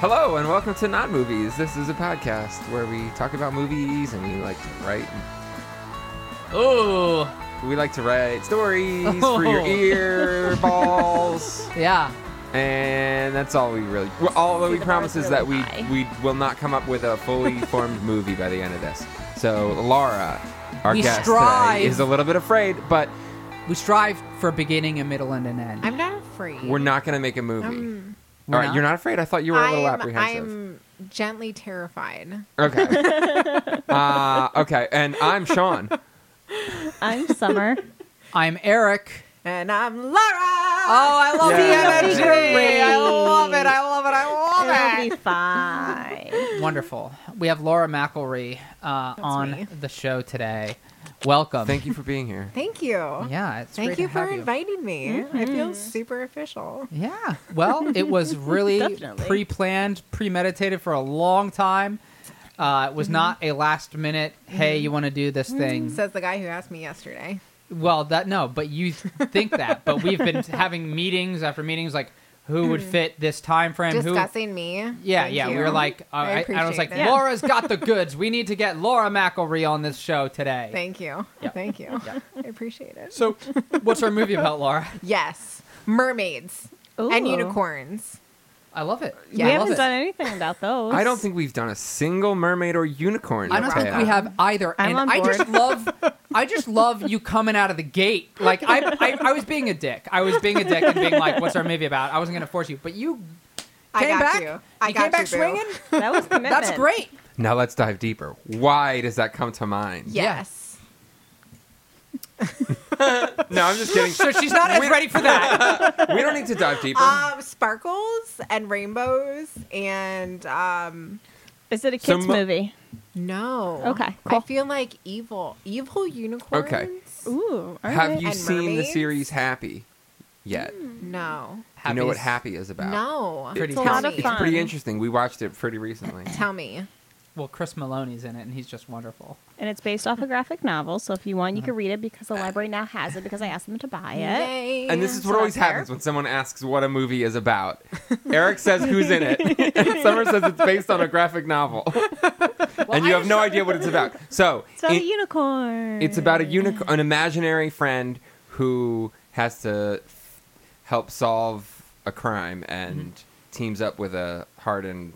Hello and welcome to Not Movies. This is a podcast where we talk about movies and we like to write. Ooh, We like to write stories for your Oh. ear balls, yeah. and that's all we really. well, All that See, we the promise bar's is really that we high. we will not come up with a fully formed movie by the end of this. So Laura, our We guest strive. today, is a little bit afraid, but We strive for beginning, a middle, and an end. I'm not afraid. we're not going to make a movie. Um, all We're right, not? you're not afraid. I thought you were a little I'm, apprehensive. I'm gently terrified. Okay. uh, okay, and I'm Sean. I'm Summer. I'm Eric. And I'm Laura. Oh, I love Yeah. the energy. I love it. I love it. I love It'll be fine. it. Wonderful. We have Laura McElry uh, on me. the show today. Welcome. Thank you for being here. Thank you. Yeah, it's Thank great you to for have inviting me. I Mm-hmm. feel super official. Yeah. Well, it was really Definitely. pre-planned, premeditated for a long time. Uh, it was not a last minute. Hey, you want to do this thing? Says the guy who asked me yesterday. Well, that no, but you th- think that. But we've been having meetings after meetings, like who would fit this time frame? Who? Mm-hmm. Discussing me. Yeah, Thank yeah. you. We were like, uh, I, I, was appreciate like, that. Yeah. Laura's got the goods. We need to get Laura McElry on this show today. Thank you. Yeah. Thank you. Yeah. I appreciate it. so, what's our movie about, Laura? Yes. Mermaids and Ooh. unicorns. I love it. Yeah, we I love haven't it. done anything about those. I don't think we've done a single mermaid or unicorn. I don't think tale. we have either. I'm and on I just love I just love you coming out of the gate. Like I, I I was being a dick. I was being a dick and being like, what's our movie about? I wasn't gonna force you, but you I came got back. you. I got came back you, boo. swinging. That was commitment. That's great. Now let's dive deeper. Why does that come to mind? Yeah. Yes. No, I'm just kidding. So she's not as ready for that. we don't need to dive deeper. Uh, Um, sparkles and rainbows and um Is it a So kids mo- movie? no. Okay, cool. I feel like evil, evil unicorns. Ooh. all have right. you And seen mermaids? the series Happy yet? Hmm. No. You know what Happy's- Happy is about? No. Pretty It's a tell lot of me. fun. Pretty interesting. We watched it pretty recently. Tell me. Well, Chris Maloney's in it, and he's just wonderful. And it's based off a graphic novel, so if you want, you can read it because the library now has it because I asked them to buy it. Yay. And this is So what always that's fair. happens when someone asks what a movie is about. Eric says who's in it, and Summer says it's based on a graphic novel, and you I have no idea what it's about. So It's about it- a unicorn. it's about a unicorn, an imaginary friend who has to f- help solve a crime and teams up with a hardened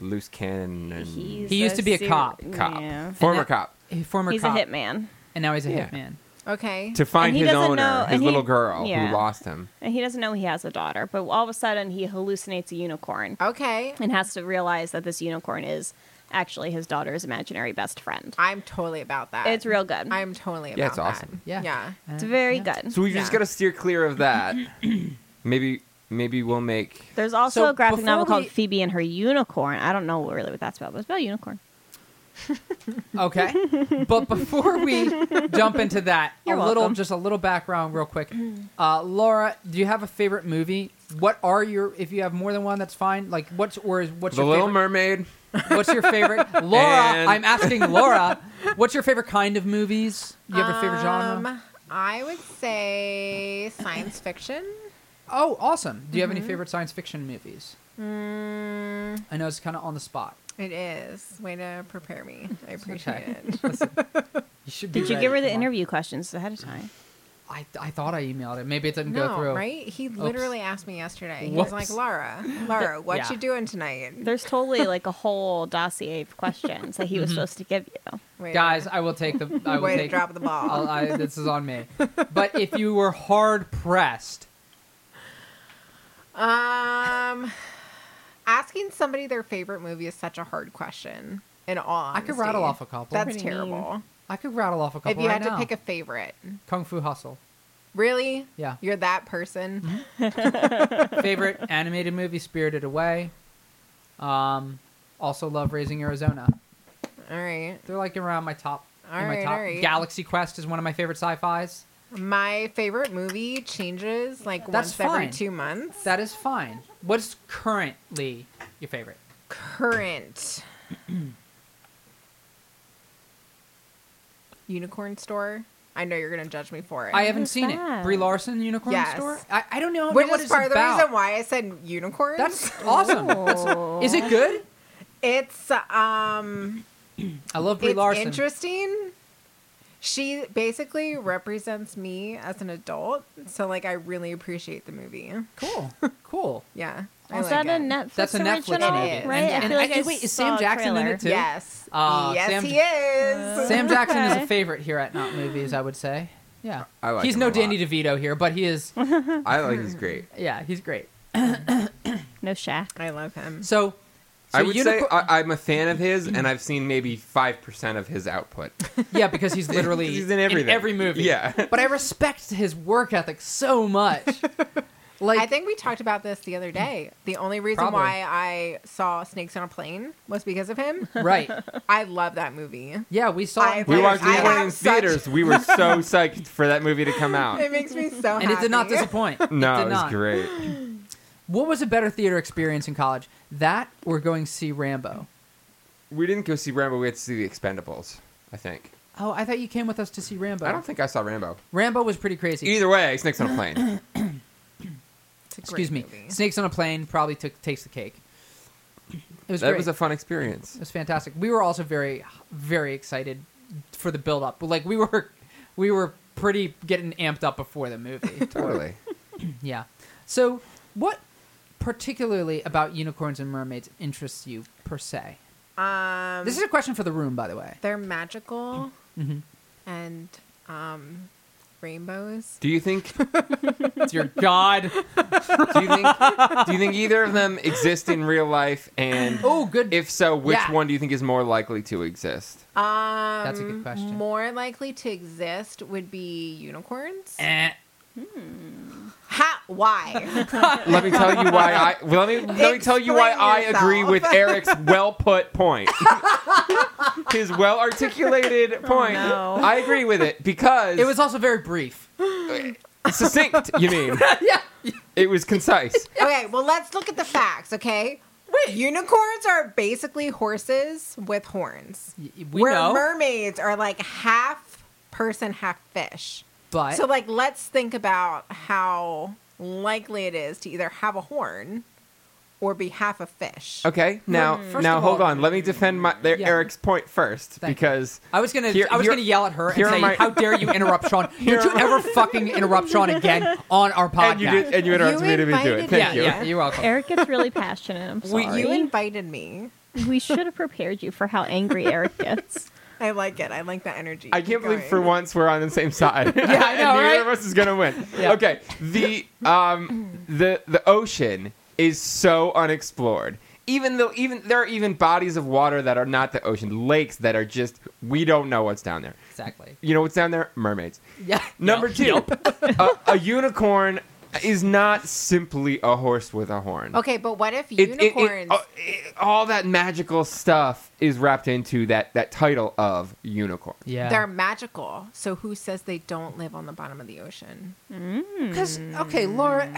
loose cannon and He's He used to be a ser- cop. cop, Yeah. former And that- cop, A former He's cop, a hitman, and now he's a Yeah. hitman. Okay. to find And he his doesn't owner, know- his and he- little girl yeah. who lost him. and he doesn't know he has a daughter. But all of a sudden, he hallucinates a unicorn Okay. and has to realize that this unicorn is actually his daughter's imaginary best friend. I'm totally about that. It's real good. I'm totally about Yeah, it's that. awesome. Yeah. Yeah. it's Uh, very yeah. good. So we just Yeah. got to steer clear of that. maybe maybe we'll make There's also So a graphic before novel we- called Phoebe and Her Unicorn. I don't know really what that's about, but it's about a unicorn. Okay. but before we jump into that, You're a little welcome. just a little background real quick. Uh, Laura, do you have a favorite movie? What are your if you have more than one, that's fine. Like what's or is what's The your Little favorite, Mermaid. what's your favorite Laura, And- I'm asking Laura, what's your favorite kind of movies? You have a favorite genre? Um, I would say science fiction. Oh, awesome. Do you have any favorite science fiction movies? Mm, I know it's kind of on the spot. it is. Way to prepare me. I appreciate it. You should be Did you give her ready. the Come on. interview questions ahead of time? I, I thought I emailed it. Maybe it didn't go No, through. right? He literally asked me yesterday. He was Whoops. like, "Laura, Laura, what Yeah. you doing tonight?" There's totally like a whole dossier of questions that he Mm-hmm. was supposed to give you. Wait, Guys, I will take the. I will way to take, drop the ball. I'll, I, this is on me. But if you were hard pressed, Um, asking somebody their favorite movie is such a hard question. In all, I honesty. could rattle off a couple. That's Pretty mean. terrible. I could rattle off a couple. If you right had to now. pick a favorite, Kung Fu Hustle, really, Yeah. Mm-hmm. you're that person. favorite animated movie, Spirited Away. Um, also love Raising Arizona. All right, They're like around my top. in my Alright, top. alright. Galaxy Quest is one of my favorite sci-fi's. my favorite movie changes like That's once every fine. two months. That is fine. What's currently your favorite? Current unicorn store. I know you're going to judge me for it. I haven't is seen it. that? Brie Larson Unicorn Yes. Store. I, I don't know. which know what is it's part of the about. reason why I said unicorns. That's awesome. Oh. Is it good? it's um I love Brie it's Larson. interesting. She basically represents me as an adult, so like I really appreciate the movie. cool. Cool. Yeah, I Is like that a it. Netflix That's a Netflix original? movie. It is. Right? And- I feel and- like I and wait, is saw Sam a Jackson in trailer. it too? Yes, Uh, yes, Sam- Uh, he is. Sam Jackson is Okay. a favorite here at Not Movies, I would say. Yeah. I like he's him no a lot. Danny DeVito here, but he is. I like he's great. Yeah, he's great. No Shaq. I love him. So, so I would say Unicorn- I, I'm a fan of his, and I've seen maybe five percent of his output. yeah, because he's literally he's in everything. every movie. Yeah. But I respect his work ethic so much. Like, I think we talked about this the other day. The only reason Probably. why I saw Snakes on a Plane was because of him. right. I love that movie. Yeah, we saw I- it. We Like, watched I Unicorn have in such- theaters. We were so psyched for that movie to come out. It makes me so happy. and it did not disappoint. No, it it, did was not. great. What was a better theater experience in college? That or going to see Rambo? We didn't go see Rambo. We had to see The Expendables. I think. Oh, I thought you came with us to see Rambo. I don't think I saw Rambo. Rambo was pretty crazy. Either way, Snakes on a Plane. It's a Excuse me. great movie. Snakes on a Plane probably took, takes the cake. It was that great. was a fun experience. it was fantastic. We were also very very excited for the build up. Like we were we were pretty getting amped up before the movie. Totally. yeah. So, what particularly about unicorns and mermaids interests you per se? Um, This is a question for the room, by the way. they're magical Mhm. and um, rainbows. Do you think? Do Dear God. you think? Do you think either of them exist in real life? And Oh, good. if so, which Yeah. one do you think is more likely to exist? Um, a good question. More likely to exist would be unicorns. Eh. Ha! Why? Let me tell you why I. Well, let me let me tell you why Explain I agree yourself. with Eric's well put point. His well articulated point. no. I agree with it because Oh, It was also very brief. succinct. You mean yeah. it was concise? okay, well, let's look at the facts. Okay, Wait. unicorns are basically horses with horns. we where know, mermaids are like half person, half fish. but So, like, let's think about how likely it is to either have a horn or be half a fish. Okay. Now, Mm-hmm. First now of hold all- on. Let me defend my there, Yeah. Eric's point first Thank you. because I was gonna Here- I was here- gonna yell at her and here are say, my- "How dare you interrupt Sean? Here Don't you are my- ever fucking interrupt Sean again on our podcast?" and you did and you interrupted me to do invited it. Thank me. yeah, you. yeah, you're welcome. Eric gets really passionate. I'm We- sorry. you You invited me. we should have prepared you for how angry Eric gets. I like it. I like that energy. I Keep can't believe going. for once we're on the same side. Yeah, I know, Neither right? of us is gonna win. Yeah. Okay, the um, the the ocean is so unexplored. Even though even there are even bodies of water that are not the ocean, lakes that are just we don't know what's down there. Exactly. You know what's down there? Mermaids. Yeah. Number two, a, a unicorn is not simply a horse with a horn. Okay, but what if It- it- it- oh, unicorns? uh, it- all that magical stuff is wrapped into that that title of unicorn. Yeah. They're magical. So who says they don't live on the bottom of the ocean? because okay, Laura.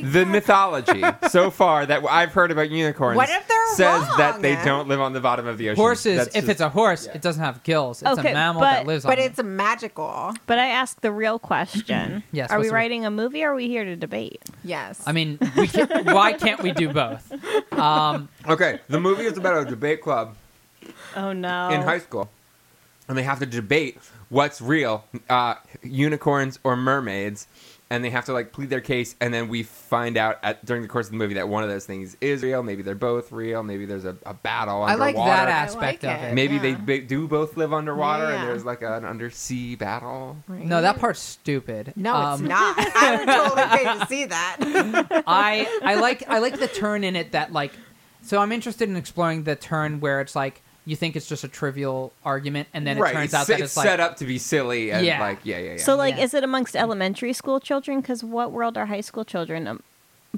the mythology so far that I've heard about unicorns What if they're says that wrong, they eh? don't live on the bottom of the ocean. Horses. That's if just- it's a horse, it doesn't have gills. It's Okay, a mammal but- that lives on. But it. it's magical. But I ask the real question. Yes, Are what's we the- writing a movie or are we here to debate? Yes. I mean, we can't, why can't we do both? Um, okay, the movie is about a debate club Oh no. in high school, and they have to debate what's real, uh, unicorns or mermaids, and they have to like plead their case, and then we find out at, during the course of the movie that one of those things is real. Maybe they're both real. Maybe there's a, a battle. I Underwater. like that I aspect like of it. it. Maybe Yeah. they b- do both live underwater, Yeah. and there's like an undersea battle. Right? No, that part's stupid. No, Um, it's not. I would totally pay to see that. I I like I like the turn in it that like so I'm interested in exploring the turn where it's like you think it's just a trivial argument and then it right. turns it's, out that it's it's, like set up to be silly and Yeah. like yeah, yeah, yeah. So like Yeah. is it amongst elementary school children cuz what world are high school children um,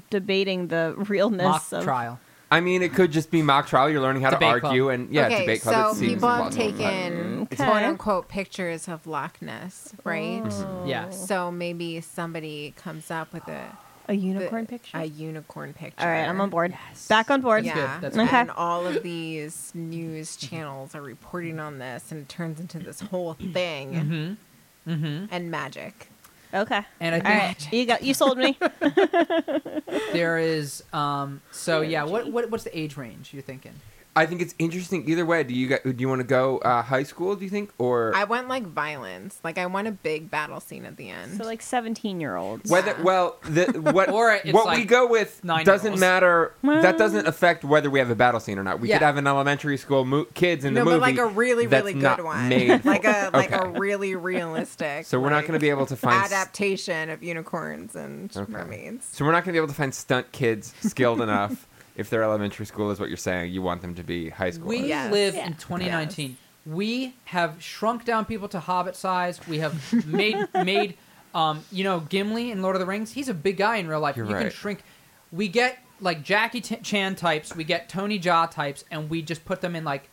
debating the realness mock of trial. I mean, it could just be mock trial. You're learning how Debate to club. argue, and yeah, okay, debate club. so it seems people have plausible, but- taken Okay. quote unquote pictures of Loch Ness, right? Oh. Yes. So maybe somebody comes up with a A unicorn the- picture? A unicorn picture. All right, I'm on board. Yes. Back on board. That's yeah, good. That's good. Okay. and all of these news channels are reporting on this, and it turns into this whole Mhm. thing. Mm-hmm. and magic. Okay. And I All think right. You got. You sold me. there is. Um, so yeah, what, what what's the age range you're thinking? I think it's interesting either way. Do you got, do you want to go uh, high school? Do you think or I want like violence. Like I want a big battle scene at the end. so like seventeen-year-olds. whether well the, what Or it's what we like go with nine doesn't year-olds. matter. Well- That doesn't affect whether we have a battle scene or not. We could Yeah. have an elementary school mo- kids in no, the movie, but like a really that's really not good one. made like a like a Okay. really realistic. so we're not going to be able to find. s- adaptation of unicorns and Okay. mermaids. So we're not going to be able to find stunt kids skilled enough if their elementary school is what you're saying. You want them to be high school. We Yes. live Yeah. in 2019. We have shrunk down people to hobbit size. We have made made um, you know Gimli in Lord of the Rings. He's a big guy in real life. You're you can right. shrink. We get like Jackie T- Chan types. We get Tony Jaa types, and we just put them in like.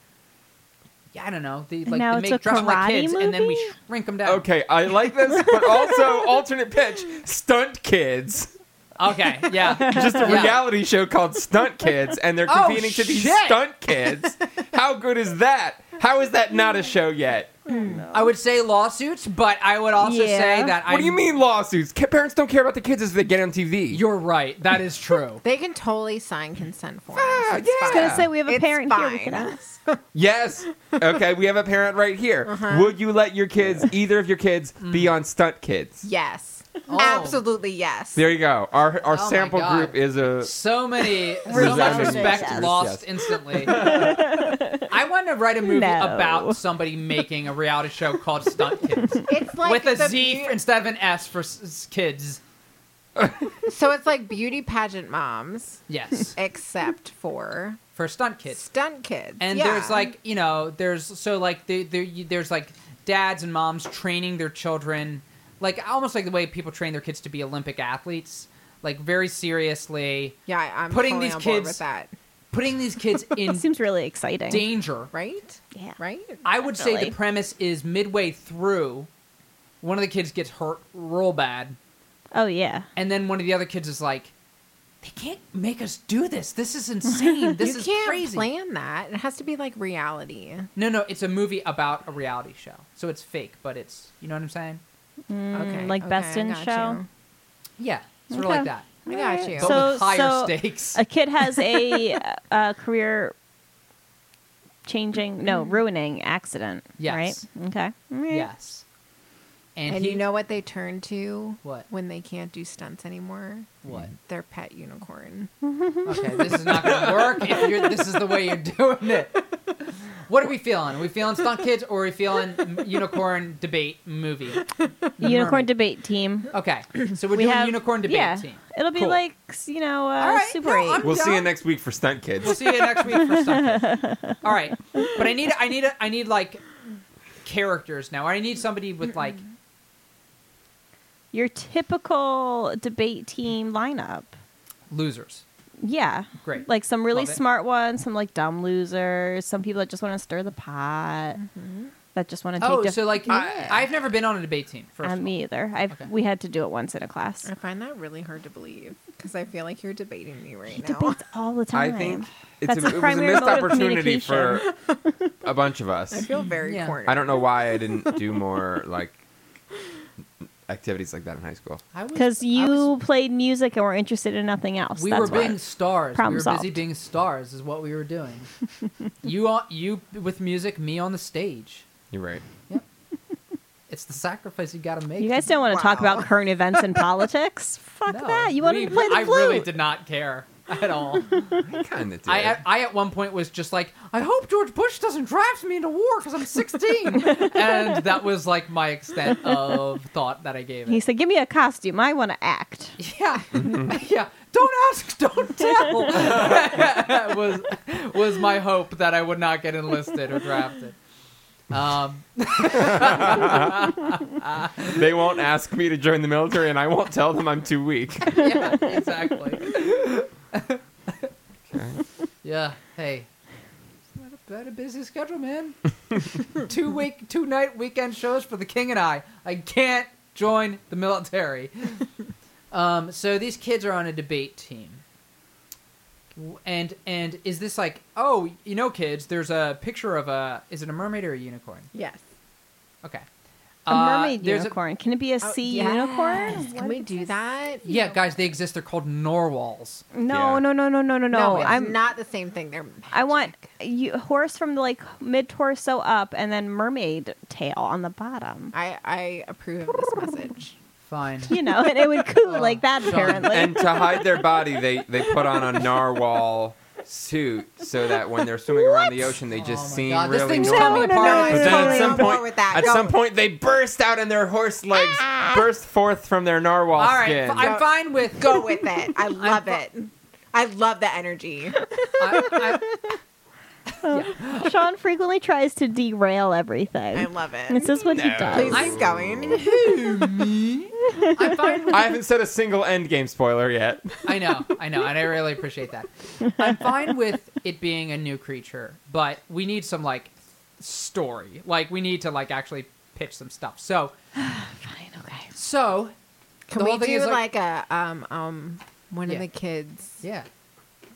Yeah, I don't know. They, like now they it's make a dress them like karate kids, and then we movie? shrink them down. Okay, I like this, but also alternate pitch: stunt kids. Okay. Yeah. Just a Yeah. reality show called Stunt Kids, and they're Oh, competing to these shit. stunt kids. How good is that? How is that not a show yet? I would say lawsuits, but I would also Yeah. say that. What do you I'm- mean lawsuits? Ca- Parents don't care about the kids as they get on TV. You're right. That is true. They can totally sign consent forms. Ah, It's yeah. fine. I was gonna say we have a It's parent here. We fine. can ask. yes. Okay, we have a parent right here. Uh-huh. Would you let your kids, either of your kids, be Mm. on Stunt Kids? Yes. Oh. Absolutely yes. There you go. Our our Oh my sample God. group is a So many, so much Resounding respect yes. lost Yes. instantly. I want to write a movie No. about somebody making a reality show called Stunt Kids It's like with a the Z beau- for- instead of an S for s- s- kids. so it's like beauty pageant moms, Yes, except for for stunt kids. stunt kids. And Yeah. there's like you know, there's so like there, there, you- there's like dads and moms training their children, like almost like the way people train their kids to be Olympic athletes, like very seriously, yeah, I- I'm putting totally these on board kids- with that, putting these kids in It seems really exciting. danger. right? Yeah. Right? I would say Definitely. the premise is midway through, one of the kids gets hurt real bad, Oh yeah. and then one of the other kids is like, "They can't make us do this. This is insane. This you is can't crazy." plan that. It has to be like reality. No, no, it's a movie about a reality show, so it's fake, but it's you know what I'm saying? Mm, Okay, Like okay, Best I in got Show. Yeah, sort of Okay. like that, you. I got you. but So- with higher stakes. A kid has a uh, career changing, no, ruining accident. Mm-hmm. Yes. Right. Okay. yes, and, and he you know what they turn to What? when they can't do stunts anymore? what? Their pet unicorn. Okay, this is not going to work. If you're, this is the way you're doing it. What are we feeling? Are we feeling stunt kids or are we feeling unicorn debate movie? The unicorn Mermaid. debate team. Okay, so we're doing unicorn debate yeah, team. It'll be Cool. like you know uh, All right, Super no, 8 I'm- We'll see you next week for Stunt We'll Kids. see you next week for stunt kids. All right, but I need I need I need like characters now. I need somebody with like Your typical debate team lineup. losers. Yeah. Great. Like some really Love it. smart ones, some like dumb losers, some people that just want to stir the pot, that just want to take. Mm-hmm. oh, diff- so like Yeah. I, I've never been on a debate team. First, Uh, of all. me either. I've Okay. we had to do it once in a class. I find that really hard to believe because I feel like you're debating me right He now. debates all the I time. think it's a, That's a it was a primary missed mode of opportunity for a bunch of I us. feel very Yeah. cornered. I don't know why I didn't do more like activities like that in high school. I was- because I you was- played music and were interested in nothing else. we That's were why. being stars. we Problem were busy solved. being stars is what we were doing. you on you with music, me on the stage. You're right. It's the sacrifice you got to make. You guys don't want to talk Wow. about current events and politics. Fuck No, that. You wanted we- to play the I flute. really did not care at all. I kind of did. I, I at one point was just like, I hope George Bush doesn't draft me into war because I'm 16, and that was like my extent of thought that I gave it. He said, "Give me a costume. I want to act." yeah, yeah. Don't ask, don't tell. was was my hope that I would not get enlisted or drafted. Um, they won't ask me to join the military, and I won't tell them I'm too weak. yeah, exactly. Yeah. Hey. What a, what a busy schedule, man. two week, two night weekend shows for the King and I. I can't join the military. um, so these kids are on a debate team. W- And and is this like oh you know kids there's a picture of a is it a mermaid or a unicorn Yes. okay A Oh, Uh, mermaid there's a- unicorn. Can it be a sea yes. unicorn? Can we do that? Yeah, guys, they exist. They're called narwhals. No, Yeah. no, no, no, no, no, no. it's I'm not the same thing. They're I want you, horse from the like mid torso up, and then mermaid tail on the bottom. I I approve of this message. Fine. You know, and it would coo Oh, like that Sean. apparently. and to hide their body, they they put on a narwhal suit so that when they're swimming around the ocean, they just Oh my seem God, this really thing's normal. falling No, no, no, apart. no, But no, then Totally at some on board point, with that. at Go. some point, they burst out and their horse legs burst forth from their narwhal All right, skin. f- I'm fine with Go with it. I love fu- it. I love the energy. I, I, Sean frequently tries to derail everything. I love it. this is what he No. does. Please I'm- keep going. I'm fine with. I haven't said a single endgame spoiler yet. I know, I know, and I really appreciate that. I'm fine with it being a new creature, but we need some like story. Like we need to like actually pitch some stuff. So, Fine, okay. so Can The we whole thing do is, like- like, a um um one Yeah. of the kids yeah,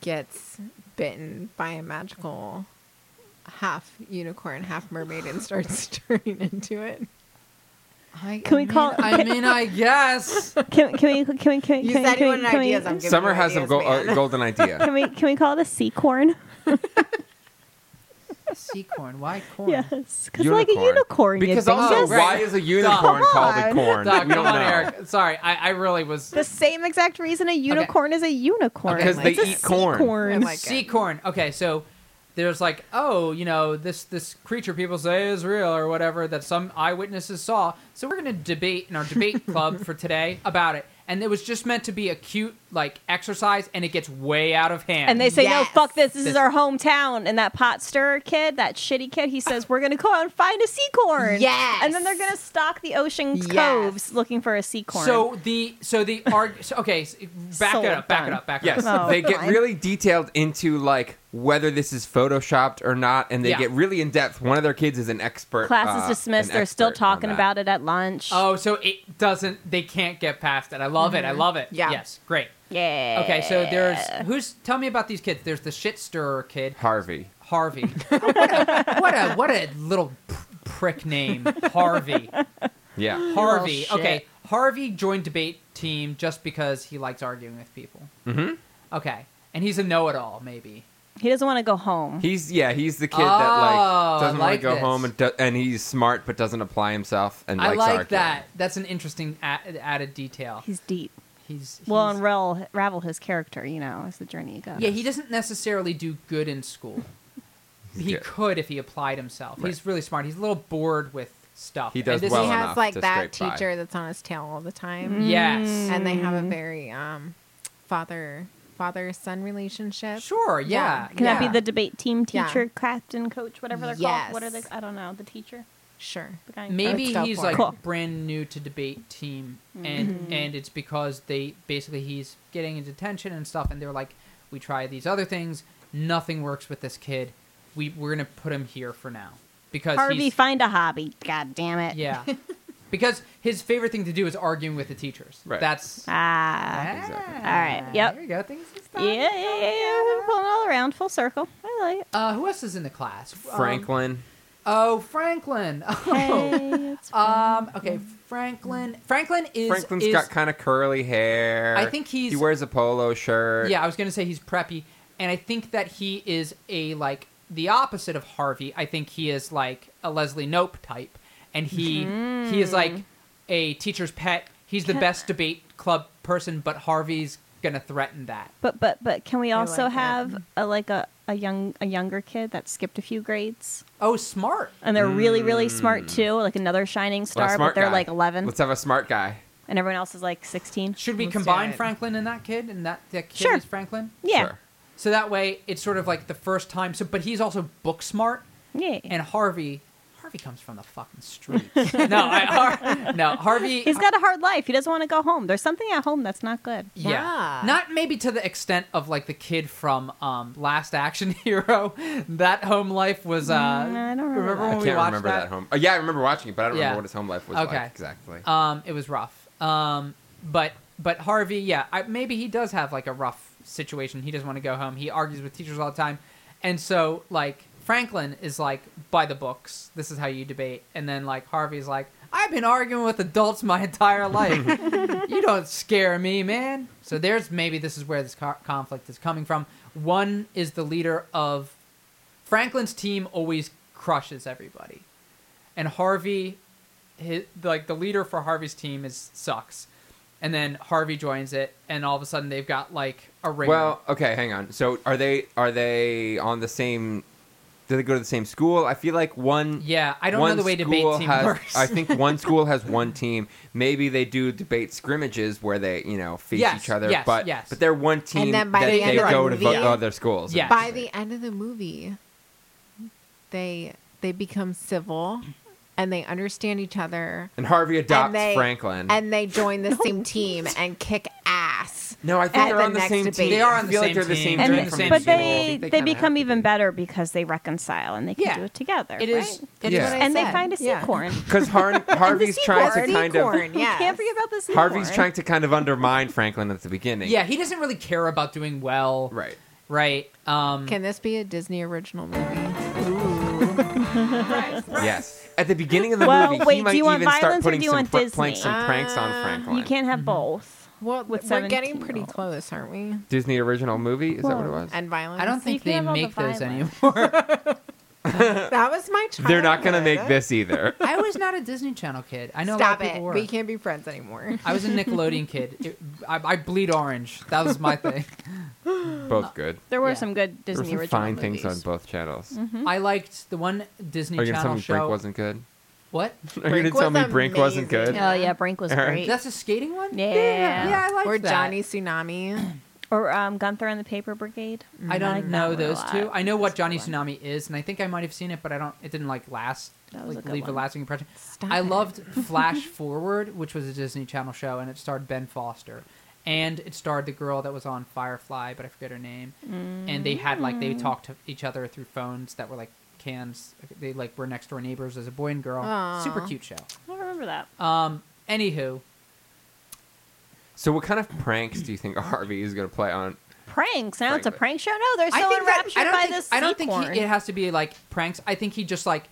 gets bitten by a magical half unicorn, half mermaid, and starts turning into it? I, Can we I mean, call- I mean, I guess. Can, can we? Can we? Can we? You Can, we- said can, you we- wanted can we- ideas. I'm giving Summer you has a ideas, go- man. uh, golden idea. Can we? Can we call it a sea corn? Sea corn, why corn? Yes, because like a Unicorn. unicorn. you Because think also, is- right. why is a unicorn called a on. corn? Doc, we don't come on, know. Eric. Sorry, I, I really was. the same exact reason a unicorn is a unicorn. Because they It's a eat sea corn. I like sea it. corn. Okay, so there's like, oh, you know, this this creature people say is real or whatever that some eyewitnesses saw. So we're gonna debate in our debate club for today about it. And it was just meant to be a cute like exercise, and it gets way out of hand. And they say, no, Yes. fuck this. This is This- our hometown. And that pot stirrer kid, that shitty kid, he says, we're going to go out and find a sea corn. Yes. And then they're going to stalk the ocean's Yes. coves looking for a sea corn. so the so the arg- so, okay, s back Sold, it up, back it done. up, back it Yes, up. Oh, they get fine. really detailed into like whether this is photoshopped or not, and they Yeah. get really in depth. One of their kids is an expert. class uh, is dismissed. an They're still expert on talking that. about it at lunch. Oh, so it doesn't. They can't get past it. I love it. I Mm-hmm. love it. Yeah. Yes. Great. yeah. Okay. So there's who's. Tell me about these kids. There's the shit stirrer kid. Harvey. Harvey. what, a, what a what a little pr- prick name, Harvey. Yeah, Harvey. shit. Okay, Harvey joined debate team just because he likes arguing with people. Mhm. Okay, and he's a know-it-all, maybe. He doesn't want to go home. he's yeah he's the kid that Oh, like doesn't I want like to go this. home and do- and he's smart but doesn't apply himself and I likes like arguing. that. That's an interesting a- added detail. He's, He's deep. he's Well, unravel, unravel his character, you know, as the journey goes. yeah, he doesn't necessarily do good in school. He Yeah. could if he applied himself. He's really smart. He's a little bored with stuff. He And does this- well he enough has like to that scrape by. teacher that's on his tail all the time. Yes. and they have a very um father father son relationship. Sure. Yeah. Can that yeah. be the debate team Yeah. teacher, captain, coach, whatever they're called? What are they? Yes. I don't know. The teacher? Sure. The guy? Maybe Let's go he's for it. like Cool. brand new to debate team, and and it's because they basically he's getting into detention and stuff, and they're like, we try these other things, nothing works with this kid. We we're gonna put him here for now because Harvey, he's, find a hobby. God damn it. yeah, because his favorite thing to do is arguing with the teachers. Right. That's Ah. Exactly. All right. Yep. There you go. Things are Yeah, starting yeah, to yeah, yeah. Pulling all around, full circle. I like it. go. Uh, who else is in the class? Um, Franklin. oh, Franklin. Oh. Hey, it's Um. Okay. Franklin. Franklin is. Franklin's is, got kind of curly hair. I think he's- he wears a polo shirt. Yeah, I was gonna say he's preppy, and I think that he is a like the opposite of Harvey. I think he is like a Leslie Nope type, and he he is like a teacher's pet. He's the best debate club person, but Harvey's gonna threaten that. but but but can we I also like that. have a, like a, a young a younger kid that skipped a few grades Oh, smart! and they're really really Mm. smart too, like another shining Well, a star, but smart they're guy. like 11 Let's have a smart guy. and everyone else is like 16. Should we Let's do combine it. Franklin and that kid, and that that kid Sure. is Franklin? Yeah. Sure. So that way, it's sort of like the first time. So, but he's also book smart, Yeah. and Harvey. Harvey comes from the fucking streets. no, I, Har- no, Harvey. He's got a hard life. He doesn't want to go home. There's something at home that's not good. Yeah. Yeah. Not maybe to the extent of like the kid from um, Last Action Hero. That home life was. Uh, I don't remember that. when I we can't watched remember that, home. Uh, yeah, I remember watching it, but I don't Yeah. remember what his home life was Okay. like exactly. Um, it was rough. Um, but but Harvey, yeah, I, maybe he does have like a rough situation. He doesn't want to go home. He argues with teachers all the time, and so like Franklin is like, by the books, this is how you debate. And then like Harvey's like, I've been arguing with adults my entire life. you don't scare me, man. So there's maybe this is where this co- conflict is coming from. One is the leader of Franklin's team always crushes everybody. And Harvey his, like the leader for Harvey's team is sucks. And then Harvey joins it and all of a sudden they've got like a ring. Well, okay, hang on. So are they are they on the same? Do they go to the same school? I feel like one. yeah, I don't one know the way school debate team has, works. I think one school has one team. Maybe they do debate scrimmages where they, you know, face Yes, each other. yes, but yes. but they're one team And then by that the they end of the go to vo- movie- other schools. Yes. By the end of the movie, they they become civil and they understand each other And Harvey adopts and they, Franklin. and they join the same team and kick ass. no, I think at they're the on the next same debate. team. They are on I the feel like same they're the team. same They're And team. in th- the same but school. they they, kinda become have even better because they reconcile and they can Yeah. do it together. It right? is- It's Yeah. what I and they said. find a sea Yeah. corn. because Har- Harvey's sea trying corn. to kind Sea of corn, You yes. can't forget about this. Harvey's trying to kind of undermine Franklin at the beginning. yeah, he doesn't really care about doing well. right. Right. Um Can this be a Disney original movie? Yes. At the beginning of the Well, movie, wait, he do might you want even start violence or putting do you some want pl- Disney? Ah, playing some pranks on Uh, Franklin. You can't Mm-hmm. have both. Well, With we're getting 17-year-olds. pretty close, aren't we? Disney original movie. Is that what it Whoa. was? And violence. I don't So you think can they have all the make those violence. anymore. that was my childhood. They're not going to make this either. I was not a Disney Channel kid. I know a lot Stop of people it. were. We can't be friends anymore. I was a Nickelodeon kid. It, I, I bleed orange. That was my thing. Both good. There were Yeah. some good There were Disney some original fine movies. things on both channels. I liked the one Disney Are you going to tell Channel me show. Brink wasn't good? What? Are you going to Brink tell me was Brink wasn't good? amazing. Oh yeah, Brink was All right. great. That's a skating one. Yeah. yeah, yeah, I like Or that. Johnny Tsunami. or um, Gunther and the Paper Brigade. I don't like that know one a those lot. two. I know That's what a Johnny good one. Tsunami is, and I think I might have seen it, but I don't. It didn't like last, That was like a good leave a one. lasting impression. Stop I it. loved Flash Forward, which was a Disney Channel show, and it starred Ben Foster, and it starred the girl that was on Firefly, but I forget her name. And they had like Mm. they talked to each other through phones that were like cans. They like were next door neighbors as a boy and girl. Aw. Super cute show. I don't remember that. Um. Anywho, So, what kind of pranks do you think Harvey is going to play on? Pranks. Now it's a Frankly. prank show. No, they're so I think that- enraptured I don't by think, this. I don't sea think corn. he, it has to be like pranks. I think he just like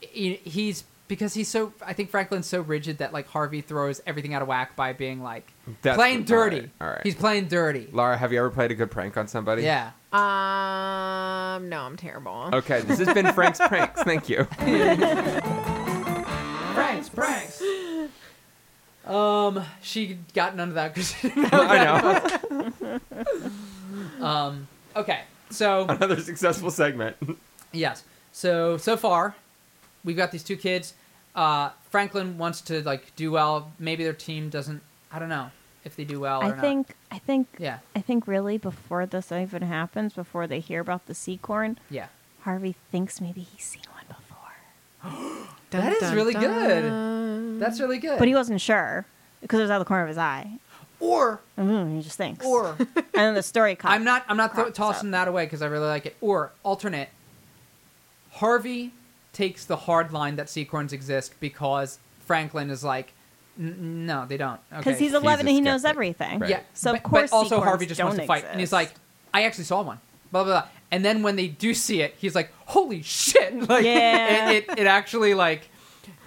he, he's because he's so. I think Franklin's so rigid that like Harvey throws everything out of whack by being like That's- playing dirty. all right, all right. He's playing dirty. Laura, have you ever played a good prank on somebody? Yeah. Um, no, I'm terrible. Okay, this has been Frank's Pranks. Thank you. Pranks, pranks. Um, she got none of that because she didn't know. I know. Um, okay, so Another successful segment. Yes. So so far, we've got these two kids. Uh, Franklin wants to like do well. Maybe their team doesn't. I don't know if they do well. I or think. I think. Not. Yeah. I think really before this even happens, before they hear about the sea corn, Yeah. Harvey thinks maybe he's seen one before, That is really good. That's really good. but he wasn't sure because it was out of the corner of his eye. or Mm, he just thinks. or and then the story comes. I'm not I'm not th- Crops tossing that away because I really like it. Or alternate, Harvey takes the hard line that seacorns exist because Franklin is like, "N- no, they don't. because Okay. he's 11 and he knows skeptic. everything. Right. Yeah. So, of but, course but also sequins Harvey just wants don't to fight, and he's like, exist. "I actually saw one." Blah blah blah. And then when they do see it, he's like, "Holy shit!" Like, Yeah. It, it, it actually like,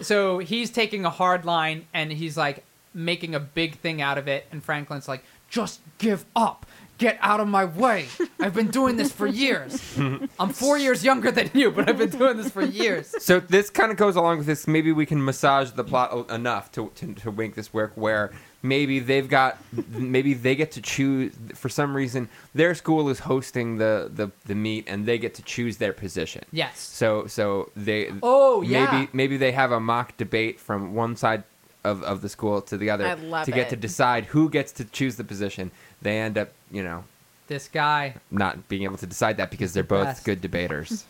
so he's taking a hard line, and he's like making a big thing out of it, and Franklin's like, "Just give up." Get out of my way. I've been doing this for years. I'm four years younger than you, but I've been doing this for years. So this kind of goes along with this. Maybe we can massage the plot a- enough to, to to make this work. Where maybe they've got, maybe they get to choose for some reason. Their school is hosting the the, the meet, and they get to choose their position. Yes. So so they. Oh, yeah. Maybe maybe they have a mock debate from one side of, of the school to the other I love to get it. to decide who gets to choose the position. They end up you know This guy. not being able to decide that because they're both Best. good debaters.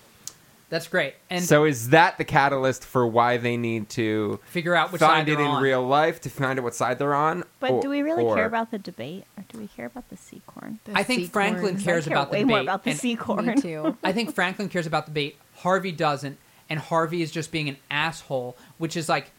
That's great. And so is that the catalyst for why they need to? figure out which side find it they're in on. real life to find out what side they're on. But or- do we really or- care about the debate, or do we care about the sea corn? The I think sea Franklin corn. cares I care about the way debate. more about the and sea corn. Me too. I think Franklin cares about the bait. Harvey doesn't, and Harvey is just being an asshole, which is like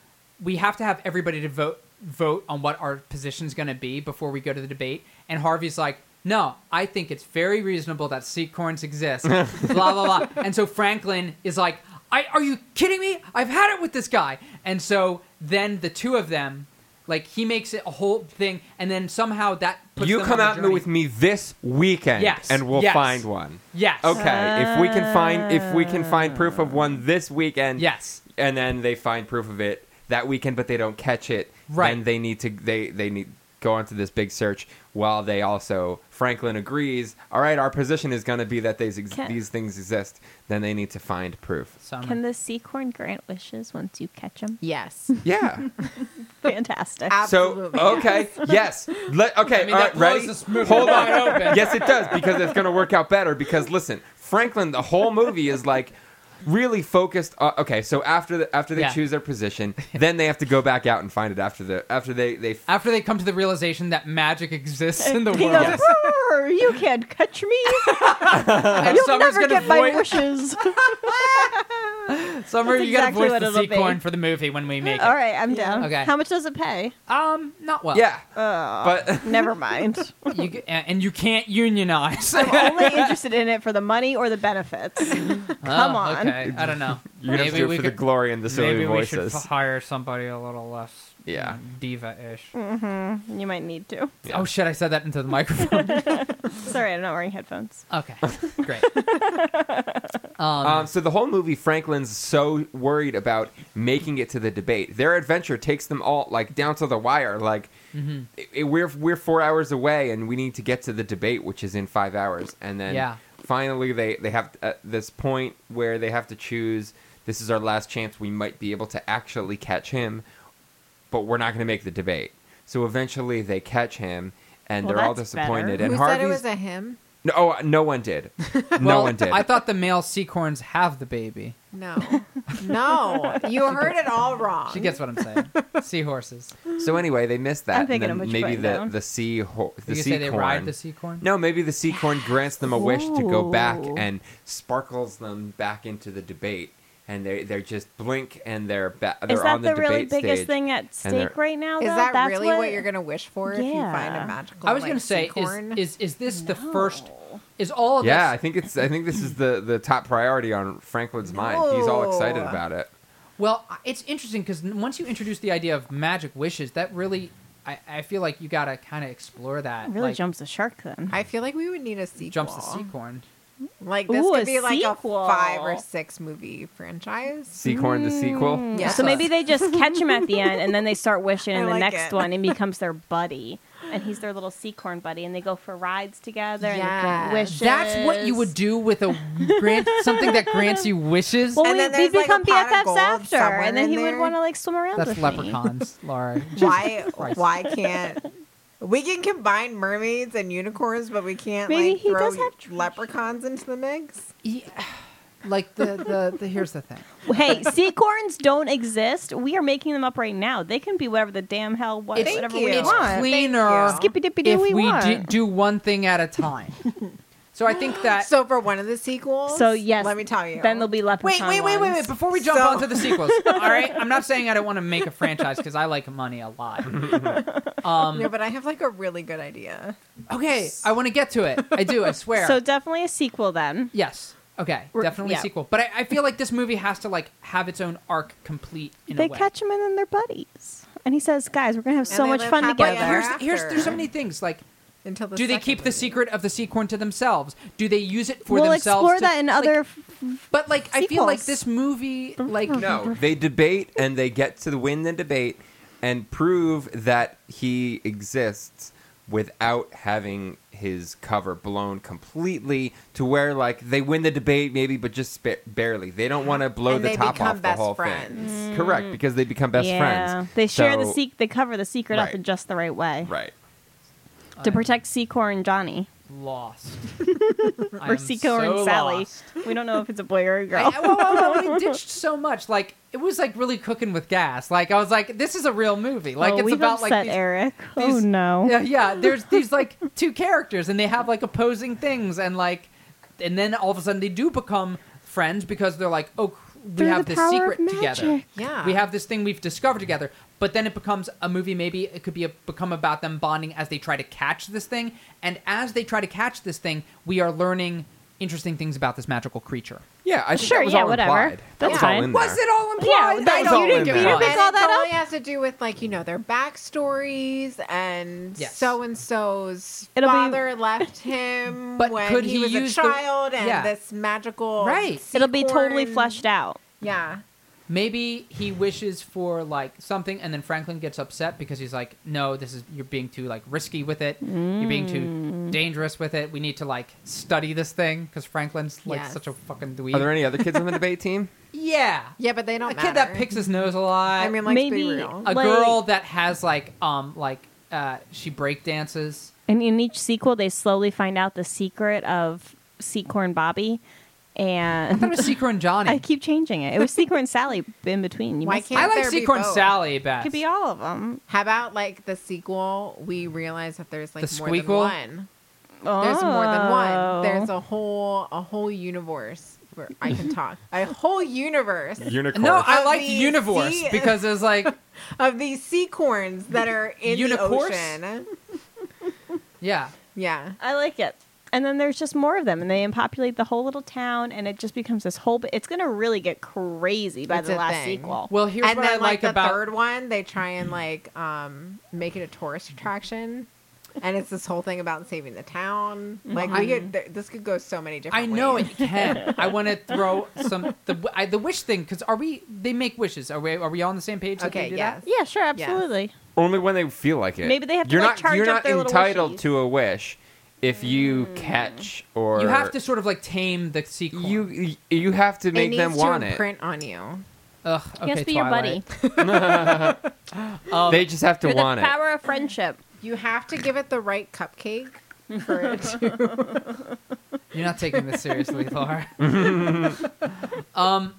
we have to have everybody to vote vote on what our position's going to be before we go to the debate. And Harvey's like, no, I think it's very reasonable that sea corns exist. blah blah blah. And so Franklin is like, I are you kidding me? I've had it with this guy. And so then the two of them, like he makes it a whole thing, and then somehow that puts you them come on out the journey. with me this weekend, Yes, and we'll yes. find one. Yes. Okay, if we can find if we can find proof of one this weekend, Oh. Yes. and then they find proof of it that weekend, but they don't catch it. Right. Then they need to they they need go onto this big search while they also Franklin agrees. All right, our position is going to be that these ex- Can- these things exist. Then they need to find proof. Some- Can the sea corn grant wishes once you catch him? Yes. Yeah. Fantastic. Ab- so Absolutely. okay, yes. Let, okay, I mean, all that right, ready? blows this movie Hold on. wide open. Yes, it does because it's going to work out better. Because listen, Franklin, the whole movie is like really focused. On, okay, so after the, after they Yeah. choose their position, then they have to go back out and find it after the after they they After they come to the realization that magic exists in the he world, goes, "Roar, you can't catch me. and You'll Summer's never gonna get my void- wishes. Summer, That's you gotta exactly voice what the it'll sea be. coin for the movie when we make it. All right, I'm down. Okay. How much does it pay? Um, not well. yeah. Uh, But never mind. You, g- and and you can't unionize. I'm only interested in it for the money or the benefits. Come Oh, on. Okay. I don't know. you're gonna have to do it for the glory and the silly maybe we should voices. f- hire somebody a little less Yeah. diva-ish. Mm. You might need to. Yeah. Oh shit! I said that into the microphone. Sorry, I'm not wearing headphones. okay, great. Um, Um, so the whole movie, Franklin's so worried about making it to the debate. Their adventure takes them all like down to the wire. Like i- i- we're we're four hours away, and we need to get to the debate, which is in five hours. And then Yeah. finally, they they have uh, this point where they have to choose. This is our last chance. We might be able to actually catch him, but we're not going to make the debate. So eventually, they catch him, and Well, they're all that's disappointed. better. And Who Harvey's said it was a him? no, oh, no one did. no well, one did. I thought the male sea corns have the baby. No. No. You heard it all wrong. She gets what I'm saying. Seahorses. So anyway, they missed that. I'm thinking and then of which maybe button the down. the sea ho- the you sea say they corn. ride the sea corn. no, maybe the sea corn grants them a wish to go back Ooh. and sparkles them back into the debate, and they they just blink and they're ba- they're Is that on the, the, really debate biggest stage. thing at they're- stake right now? Is though? that That's really what, you're gonna wish for if you find Yeah. a magical? I was like, gonna say, corn? is, is is this the first? No. Is all of Yeah, I this? think it's I think this is the the top priority on Franklin's mind. He's all excited No. about it. Well, I- it's interesting because once you introduce the idea of magic wishes, that really, I, I feel like you gotta kind of explore that. It really like, jumps the shark then. I feel like we would need a sequel. jumps the sea corn. Like this Ooh, a could be like a sequel. five or six movie franchise. Sea corn, the sequel. Yeah. So maybe they just catch him at the end, and then they start wishing, and I the like next it. one, and becomes their buddy, and he's their little sea corn buddy, and they go for rides together, and they Yes. grant wishes. That's what you would do with a grant something that grants you wishes. Well, And we, then we there's, like, a become pot of BFFs gold after, somewhere and then in he would there. want to like swim around That's with me. leprechauns, Laura. Why? Christ. why can't we can combine mermaids and unicorns, but we can't Maybe like he throw does have tr- leprechauns into the mix? Yeah. Like the, the the here's the thing. hey, sea corns don't exist. We are making them up right now. They can be whatever the damn hell what It's- whatever Thank we you. It's want. Thank you. cleaner Skippy dippy do if we, we want. do, do one thing at a time. So I think that. So for one of the sequels, So, yes, let me tell you, then there'll be wait, leprechaun wait, wait, wait, wait! ones. Before we jump So- onto the sequels, all right? I'm not saying I don't want to make a franchise because I like money a lot. Um, No, but I have like a really good idea. okay, I want to get to it. I do. I swear. So definitely a sequel then. Yes. Okay. We're- definitely yeah. sequel. But I, I feel like this movie has to like have its own arc complete in they a way. catch him and then they're buddies. And he says, "Guys, we're gonna have so they much live fun happily together." But here's, here's After. there's so many things like Until the do they second keep the movie. secret of the sea corn to themselves? Do they use it for we'll themselves? explore to- that in like, other. f- but like I feel like sequels. Mm-hmm. this movie like No, they debate and they get to win the debate and prove that he exists without having his cover blown completely to where like they win the debate maybe but just spa- barely they don't want to blow And the they top become off the best whole friends. thing Mm. correct because they become best yeah, friends they share the So- secret. They cover the secret up Right. in just the right way right to protect Seacor and Johnny lost I or am Seacor so and Sally. lost. We don't know if it's a boy or a I, girl. whoa, whoa, whoa, we ditched so much. Like it was like really cooking with gas. Like I was like, this is a real movie. Like oh, it's we've about upset like these, Eric. oh these- no. Yeah, yeah. There's these like two characters, and they have like opposing things, and like, and then all of a sudden they do become friends because they're like, oh, cr- we Through have the this power secret of together. magic. Yeah. We have this thing we've discovered together, but then it becomes a movie. Maybe it could be a, become about them bonding as they try to catch this thing, and as they try to catch this thing, we are learning interesting things about this magical creature. Yeah, I think Sure, that was yeah, all whatever. implied. That That's was all fine. in there. Was it all Yeah, implied? that I was don't all in remember. there. You didn't and pick all it that totally up? has to do with like you know their backstories and Yes. so and so's It'll be- father left him But when could he, he was a use the- child and Yeah. this magical Right. sea It'll be totally horn- fleshed out. Yeah, Maybe he wishes for like something, and then Franklin gets upset because he's like, "No, this is you're being too like risky with it. You're being Mm. too dangerous with it. We need to like study this thing because Franklin's like Yes. such a fucking dweeb." Are there any other kids on the debate team? yeah, yeah, but they don't. a kid that matter. picks his nose a lot. I mean, let's Maybe- be real. a like- girl that has like um like uh she break dances. And in each sequel, they slowly find out the secret of Seacorn Bobby. I thought And it was Secret and Johnny. I keep changing it. It was Seacorn Sally in between. You Why missed can't I it. like there be Secret and both? Sally best. Could be all of them. How about like the sequel? We realize that there's like The more than squeakle? one. There's more than Oh. one. There's Oh. a whole a whole universe where I can talk. a whole universe Unicorn. no, I Of liked the Universe sea- because it was like of these sea corns that are in Unicorse? the ocean. yeah. Yeah. I like it. And then there's just more of them, and they populate the whole little town, and it just becomes this whole. bi- It's gonna really get crazy by It's the a last thing. sequel. Well, here's and what then I like the about third one, they try and like um make it a tourist attraction. And it's this whole thing about saving the town. Like we could, th- this could go so many different. Mm-hmm. I know ways. it can. I want to throw some the I, the wish thing because are we? They make wishes. Are we? Are we all on the same page? that they Okay, do yes. that? yeah, sure, absolutely. Only when they feel like it. Maybe they have to, You're like, not. charge you're up not their little entitled wishies. Mm. to a wish if you catch or You have to sort of like tame the sequel. You you have to It make them needs want to it. imprint on you. Ugh, okay, He has to be your buddy. Twilight. Um, they just have to Through the want it. power of friendship. You have to give it the right cupcake for it to. You're not taking this seriously, Laura. um,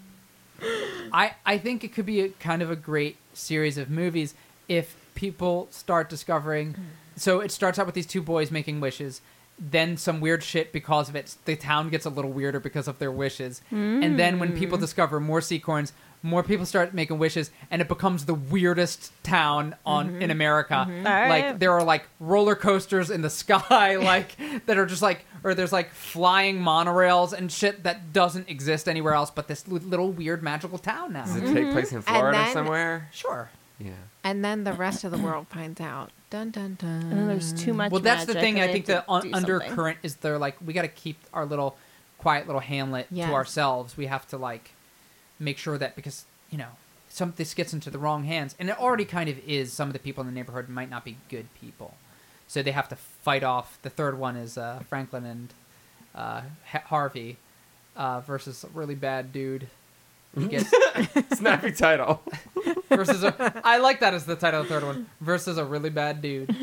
I I think it could be a kind of a great series of movies if people start discovering. So it starts out with these two boys making wishes. Then some weird shit because of it. The town gets a little weirder because of their wishes. And then when people discover more seacorns, more people start making wishes, and it becomes the weirdest town on in America. All Like right. there are like roller coasters in the sky, like that are just like, or there's like flying monorails and shit that doesn't exist anywhere else but this li- little weird magical town now. Does it take place in Florida then- somewhere? Sure. Yeah. And then the rest of the world finds out. Dun dun dun. And then there's too much. Well, that's the magic, thing. and I they think the have to un- do something. undercurrent is they're like, we got to keep our little quiet little hamlet Yes. to ourselves. We have to like make sure that because you know some this gets into the wrong hands, and it already kind of is. Some of the people in the neighborhood might not be good people, so they have to fight off. The third one is uh, Franklin and uh, Ha- Harvey uh, versus a really bad dude. He gets Snappy title. versus a, I like that as the title of the third one versus a really bad dude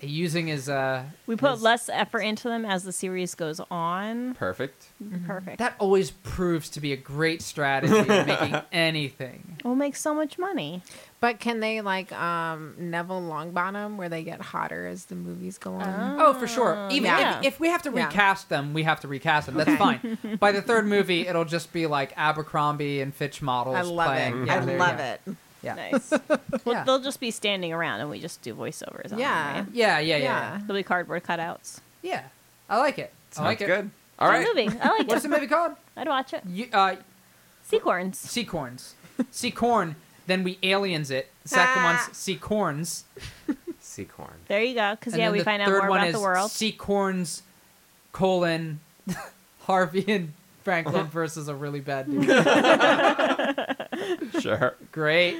using his uh We put his- less effort into them as the series goes on. Perfect. Perfect. that always proves to be a great strategy in making anything we'll make so much money. But can they like um Neville Longbottom, where they get hotter as the movies go on? oh for sure even Yeah. if, if we have to Yeah. recast them we have to recast them that's Okay. fine by the third movie it'll just be like abercrombie and fitch models I love playing. it. Oh. Yeah, I there you love go. it. yeah. Nice. yeah. They'll just be standing around, and we just do voiceovers. on Yeah. them, right? yeah yeah yeah yeah Yeah. They'll be cardboard cutouts. yeah i like it i Sounds like it good. All right. It's a movie. I like what's the it. movie called I'd watch it. you, uh, Seacorns. sea corns. Sea corn. Then we aliens it. Second Ah. one's sea corns. Seacorn. There you go. Because And yeah, then we the find out third more one about is the world. Sea corns, colon, Harvey and Uh-huh. Franklin versus a really bad dude. Sure. Great.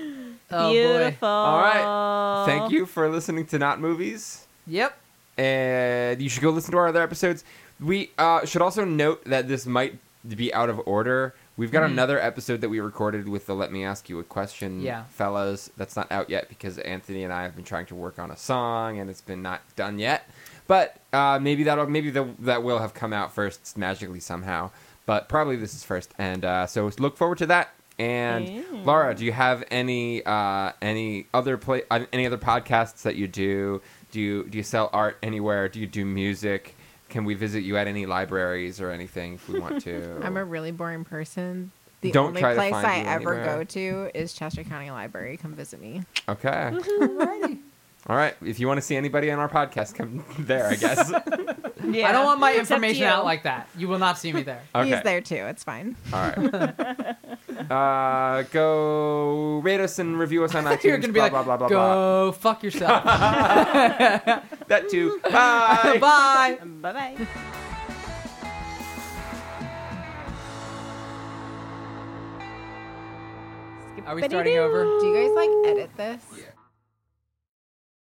Oh boy. Beautiful. All right. Thank you for listening to Not Movies. Yep. and you should go listen to our other episodes. We uh, should also note that this might be out of order. We've got another episode that we recorded with the Let Me Ask You a Question Yeah. fellas. That's not out yet because Anthony and I have been trying to work on a song and it's been not done yet. But uh, maybe that'll maybe the, that will have come out first magically somehow. But probably this is first, and uh, so look forward to that. And Mm. Laura, do you have any uh, any other play uh, any other podcasts that you do? Do you do you sell art anywhere? Do you do music? Can we visit you at any libraries or anything if we want to? I'm a really boring person the Don't only try to place find I you ever anywhere. go to is Chester County Library. Come visit me. Okay. Alrighty. All right. If you want to see anybody on our podcast, come there, I guess. Yeah. I don't want my It's up to information you. out like that. You will not see me there. Okay. He's there too. It's fine. All right. Uh, go rate us and review us on iTunes. You're gonna be blah, like, blah, blah, blah, blah. go fuck yourself. That too. Bye. Bye. Bye bye. Are we starting over? Do you guys like edit this? Yeah.